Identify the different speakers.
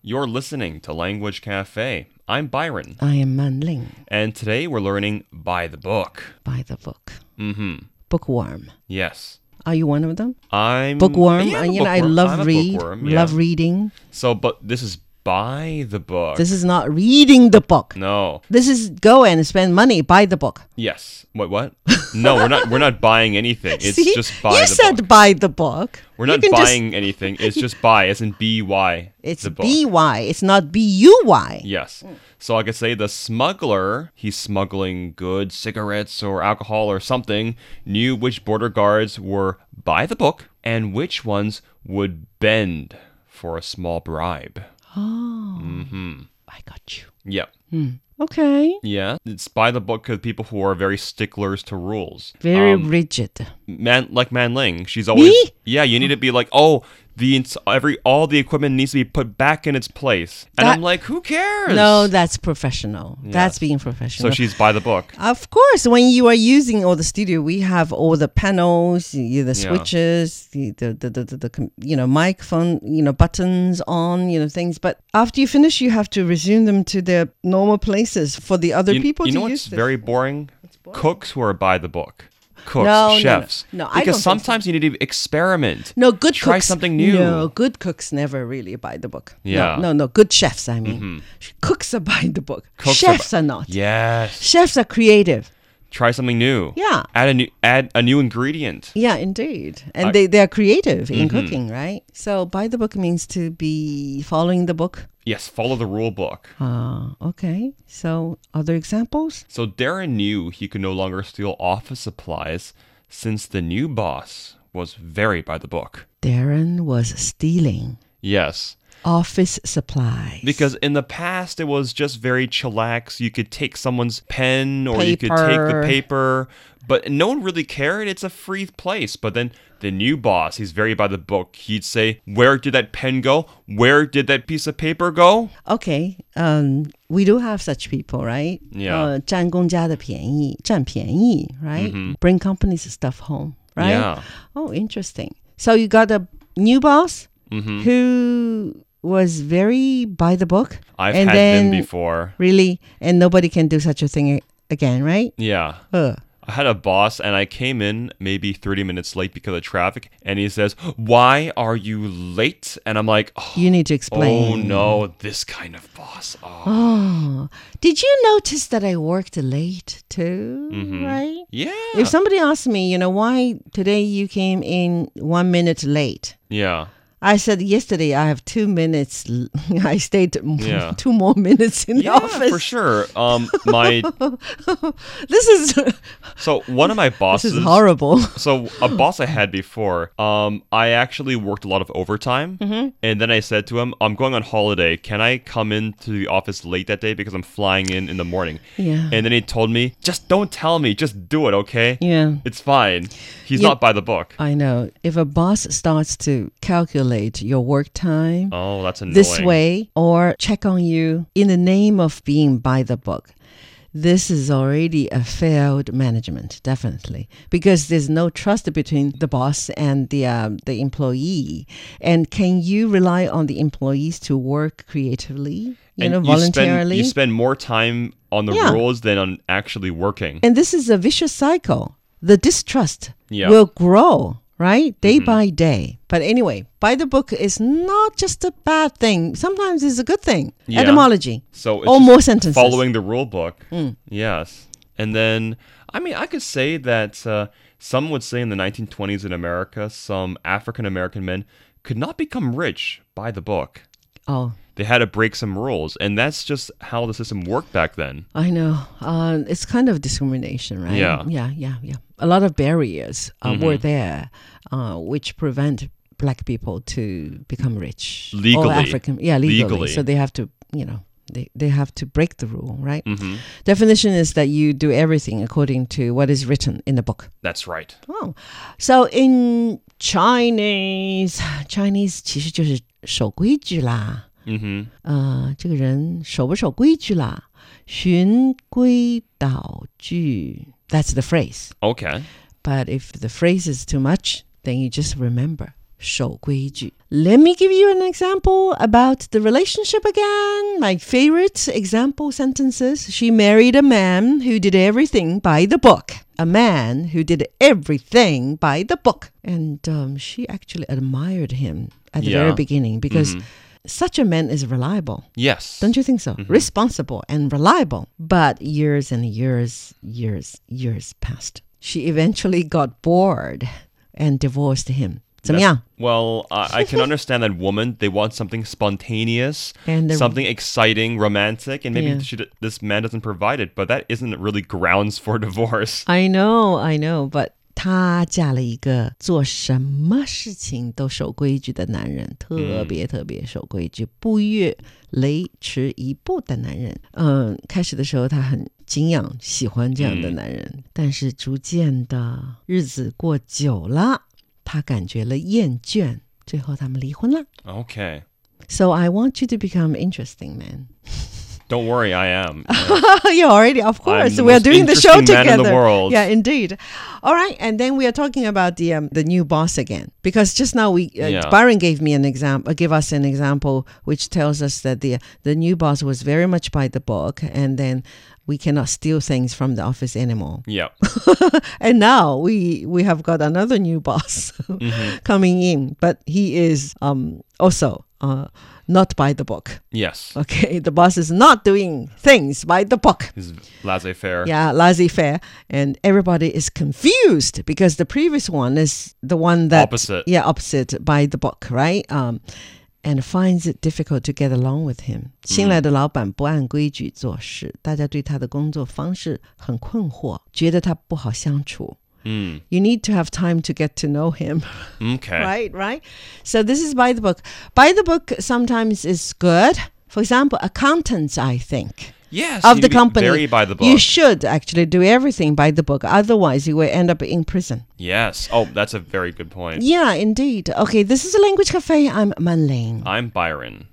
Speaker 1: You're listening to Language Cafe. I'm Byron,
Speaker 2: I am Manling
Speaker 1: and today we're learning by the book.
Speaker 2: by the book.
Speaker 1: Mm-hmm.
Speaker 2: Bookworm.
Speaker 1: Yes,
Speaker 2: Are you one of them?
Speaker 1: I'm
Speaker 2: Bookworm.
Speaker 1: Mm, Yeah,
Speaker 2: I,
Speaker 1: I'm a
Speaker 2: you know, I
Speaker 1: bookworm. I'm
Speaker 2: love
Speaker 1: a
Speaker 2: read.
Speaker 1: bookworm, yeah.
Speaker 2: Love reading.
Speaker 1: So, but this is by the book.
Speaker 2: This is not reading the book.
Speaker 1: no.
Speaker 2: This is go and spend money, buy the book.
Speaker 1: Yes. What? What? No, we're not. We're not buying anything. It's
Speaker 2: See?
Speaker 1: just by
Speaker 2: you
Speaker 1: the
Speaker 2: said
Speaker 1: book.
Speaker 2: buy the book.
Speaker 1: We're
Speaker 2: You
Speaker 1: not
Speaker 2: can just-
Speaker 1: buying anything. It's just by, as in B Y.
Speaker 2: it's
Speaker 1: the book.
Speaker 2: B Y. It's not B U Y.
Speaker 1: Yes. So I could say the smuggler, he's smuggling goods, cigarettes, or alcohol or something, knew which border guards were by the book and which ones would bend for a small bribe.
Speaker 2: Oh.
Speaker 1: Mm-hmm.
Speaker 2: I got you.
Speaker 1: Yep.
Speaker 2: Okay.
Speaker 1: Yeah. It's by the book of people who are very sticklers to rules.
Speaker 2: Very
Speaker 1: Um,
Speaker 2: rigid.
Speaker 1: Man, like Man Ling, she's always.
Speaker 2: Me?
Speaker 1: Yeah, you need to be like, oh, the ins- every all the equipment needs to be put back in its place, and
Speaker 2: That-
Speaker 1: I'm like, who cares?
Speaker 2: No, that's professional. That's being
Speaker 1: So
Speaker 2: professional.
Speaker 1: she's by the book.
Speaker 2: Of course, when you are using all the studio, we have all the panels, you the switches, the the, the, the, the, the com- you know microphone, you know buttons on, you know things. But after you finish, you have to resume them to their normal places for the other
Speaker 1: you,
Speaker 2: people
Speaker 1: you
Speaker 2: to
Speaker 1: know what's
Speaker 2: use. this.
Speaker 1: very boring? Cooks who are by the book. Cooks,
Speaker 2: No, no, no.
Speaker 1: chefs.
Speaker 2: No, I
Speaker 1: because
Speaker 2: don't think so.
Speaker 1: sometimes you need to experiment.
Speaker 2: no good
Speaker 1: Try
Speaker 2: cooks.
Speaker 1: something new.
Speaker 2: No good cooks never really buy the book. No,
Speaker 1: Yeah. Mm-hmm.
Speaker 2: No, no, good chefs. I mean, cooks are buying the book.
Speaker 1: Cooks are
Speaker 2: chefs are, not.
Speaker 1: Yes.
Speaker 2: Chefs are creative.
Speaker 1: Try something new.
Speaker 2: Yeah.
Speaker 1: Add a new add a new ingredient.
Speaker 2: Yeah, indeed. And they, they are creative in
Speaker 1: Mm-hmm.
Speaker 2: cooking, right? So by the book means to be following the book.
Speaker 1: Yes, follow the rule book.
Speaker 2: Ah, okay. So other examples?
Speaker 1: So Darren knew he could no longer steal office supplies since the new boss was very by the book.
Speaker 2: Darren was stealing
Speaker 1: Yes.
Speaker 2: office supplies.
Speaker 1: Because in the past, it was just very chillax. You could take someone's pen or you could take the
Speaker 2: Paper.
Speaker 1: paper, but no one really cared. It's a free place. But then the new boss, he's very by the book. He'd say, Where did that pen go? Where did that piece of paper go?
Speaker 2: okay, um, we do have such people, right?
Speaker 1: Yeah.
Speaker 2: Uh, 占公家的便宜,占便宜, right? Bring companies stuff home, right?
Speaker 1: Mm-hmm. Yeah.
Speaker 2: Oh, interesting. So you got a new boss
Speaker 1: Mm-hmm.
Speaker 2: who was very by the book.
Speaker 1: I've
Speaker 2: and
Speaker 1: had
Speaker 2: then
Speaker 1: them before.
Speaker 2: Really? And nobody can do such a thing a- again, right?
Speaker 1: Yeah.
Speaker 2: Ugh.
Speaker 1: I had a boss and I came in maybe 30 minutes late because of traffic. And he says, Why are you late? And I'm like, Oh,
Speaker 2: You need to
Speaker 1: oh
Speaker 2: explain.
Speaker 1: no, this kind of boss. Oh.
Speaker 2: Oh, did you notice that I worked late too? Right?
Speaker 1: Mm-hmm. Yeah.
Speaker 2: If somebody asked me, you know, why today you came in one minute late,
Speaker 1: yeah.
Speaker 2: I said yesterday I have two minutes. l- I stayed m-
Speaker 1: Yeah.
Speaker 2: two more minutes in the office.
Speaker 1: for sure. Um, my
Speaker 2: This is this
Speaker 1: so one of my bosses.
Speaker 2: is horrible.
Speaker 1: So a boss I had before. Um, I actually worked a lot of overtime,
Speaker 2: Mm-hmm.
Speaker 1: and then I said to him, "I'm going on holiday. Can I come into the office late that day because I'm flying in in the morning?"
Speaker 2: Yeah.
Speaker 1: And then he told me, "Just don't tell me. Just do it, okay?
Speaker 2: Yeah.
Speaker 1: It's fine. He's
Speaker 2: Yeah.
Speaker 1: not by the book.
Speaker 2: I know. If a boss starts to calculate your work time,
Speaker 1: Oh, that's annoying.
Speaker 2: this way or check on you in the name of being by the book. This is already a failed management, definitely, because there's no trust between the boss and the um, the employee. And can you rely on the employees to work creatively, you
Speaker 1: And
Speaker 2: know,
Speaker 1: Spend,
Speaker 2: voluntarily?
Speaker 1: you spend more time on the
Speaker 2: Yeah.
Speaker 1: rules than on actually working.
Speaker 2: and this is a vicious cycle. The distrust
Speaker 1: Yeah. Mm-hmm.
Speaker 2: will grow, right? Day by day. But anyway, by the book is not just a bad thing. Sometimes it's a good thing.
Speaker 1: Yeah.
Speaker 2: Etymology.
Speaker 1: So it's
Speaker 2: or
Speaker 1: just
Speaker 2: more sentences.
Speaker 1: following the rule book.
Speaker 2: Hmm.
Speaker 1: Yes. And then, I mean, I could say that uh, some would say in the 1920s in America, some African American men could not become rich by the book.
Speaker 2: Oh,
Speaker 1: They had to break some rules, and that's just how the system worked back then.
Speaker 2: I know. Uh, it's kind of discrimination, right?
Speaker 1: Yeah. Mm-hmm.
Speaker 2: yeah, yeah, yeah. A lot of barriers uh, were there, uh, which prevent black people to become rich Or
Speaker 1: Legally.
Speaker 2: African, yeah, legally.
Speaker 1: Legally.
Speaker 2: So they have to, you know. They, they have to break the rule, right?
Speaker 1: Mm-hmm.
Speaker 2: Definition is that you do everything according to what is written in the book.
Speaker 1: That's right.
Speaker 2: Oh, so in Chinese, Chinese 其实就是守规矩啦。
Speaker 1: hmm
Speaker 2: 呃，这个人守不守规矩啦？循规蹈矩，That's the phrase.
Speaker 1: Okay.
Speaker 2: But if the phrase is too much, then you just remember 守规矩 Let me give you an example about the relationship again. My favorite example sentences. She married a man who did everything by the book. A man who did everything by the book. And um, she actually admired him at the very
Speaker 1: Yeah.
Speaker 2: beginning because such a man is reliable.
Speaker 1: Yes.
Speaker 2: Don't you think so? Responsible and reliable. But years and years, years, years passed. She eventually got bored and divorced him. 怎么样？
Speaker 1: Well, I, I can understand that woman. They want something spontaneous,
Speaker 2: And the-
Speaker 1: something exciting, romantic, and maybe
Speaker 2: Yeah.
Speaker 1: she, d- this man doesn't provide it. But that isn't really grounds for divorce.
Speaker 2: I know, I know, but 她嫁了一个做什么事情都守规矩的男人，特别特别守规矩，不越雷池一步的男人。嗯，开始的时候她很敬仰、喜欢这样的男人，但是逐渐的日子过久了，她感觉了厌倦，最后他们离婚了。
Speaker 1: Okay.
Speaker 2: So I want you to become interesting man.
Speaker 1: Don't worry, I am.
Speaker 2: you already, of course.
Speaker 1: the
Speaker 2: we are
Speaker 1: most
Speaker 2: doing the show
Speaker 1: interesting man
Speaker 2: together.
Speaker 1: in the world.
Speaker 2: Yeah, indeed. All right, and then we are talking about the um, the new boss again because just now we uh,
Speaker 1: Yeah.
Speaker 2: Byron gave me an example, uh, give us an example which tells us that the the new boss was very much by the book, and then we cannot steal things from the office anymore.
Speaker 1: yeah.
Speaker 2: And now we we have got another new boss
Speaker 1: Mm-hmm.
Speaker 2: coming in, but he is um also. Uh, not by the book.
Speaker 1: Yes.
Speaker 2: Okay, the boss is not doing things by the book.
Speaker 1: He's laissez-faire.
Speaker 2: Yeah, laissez faire. And everybody is confused because the previous one is the one that.
Speaker 1: Opposite.
Speaker 2: Yeah, opposite by the book, right? Um, and finds it difficult to get along with him. 新来的老
Speaker 1: Mm.
Speaker 2: 板不按规矩做事，大家对他的工作方式很困惑，觉得他不好相处。
Speaker 1: Mm.
Speaker 2: You need to have time to get to know him.
Speaker 1: Okay.
Speaker 2: Right, right. So this is by the book. By the book sometimes is good. For example, accountants, I think
Speaker 1: Yes.
Speaker 2: of
Speaker 1: you
Speaker 2: the
Speaker 1: be
Speaker 2: company.
Speaker 1: Very by the book.
Speaker 2: You should actually do everything by the book. Otherwise, you will end up in prison.
Speaker 1: yes. Oh, that's a very good point.
Speaker 2: Yeah, indeed. Okay, this is a language cafe. I'm Manling.
Speaker 1: I'm Byron.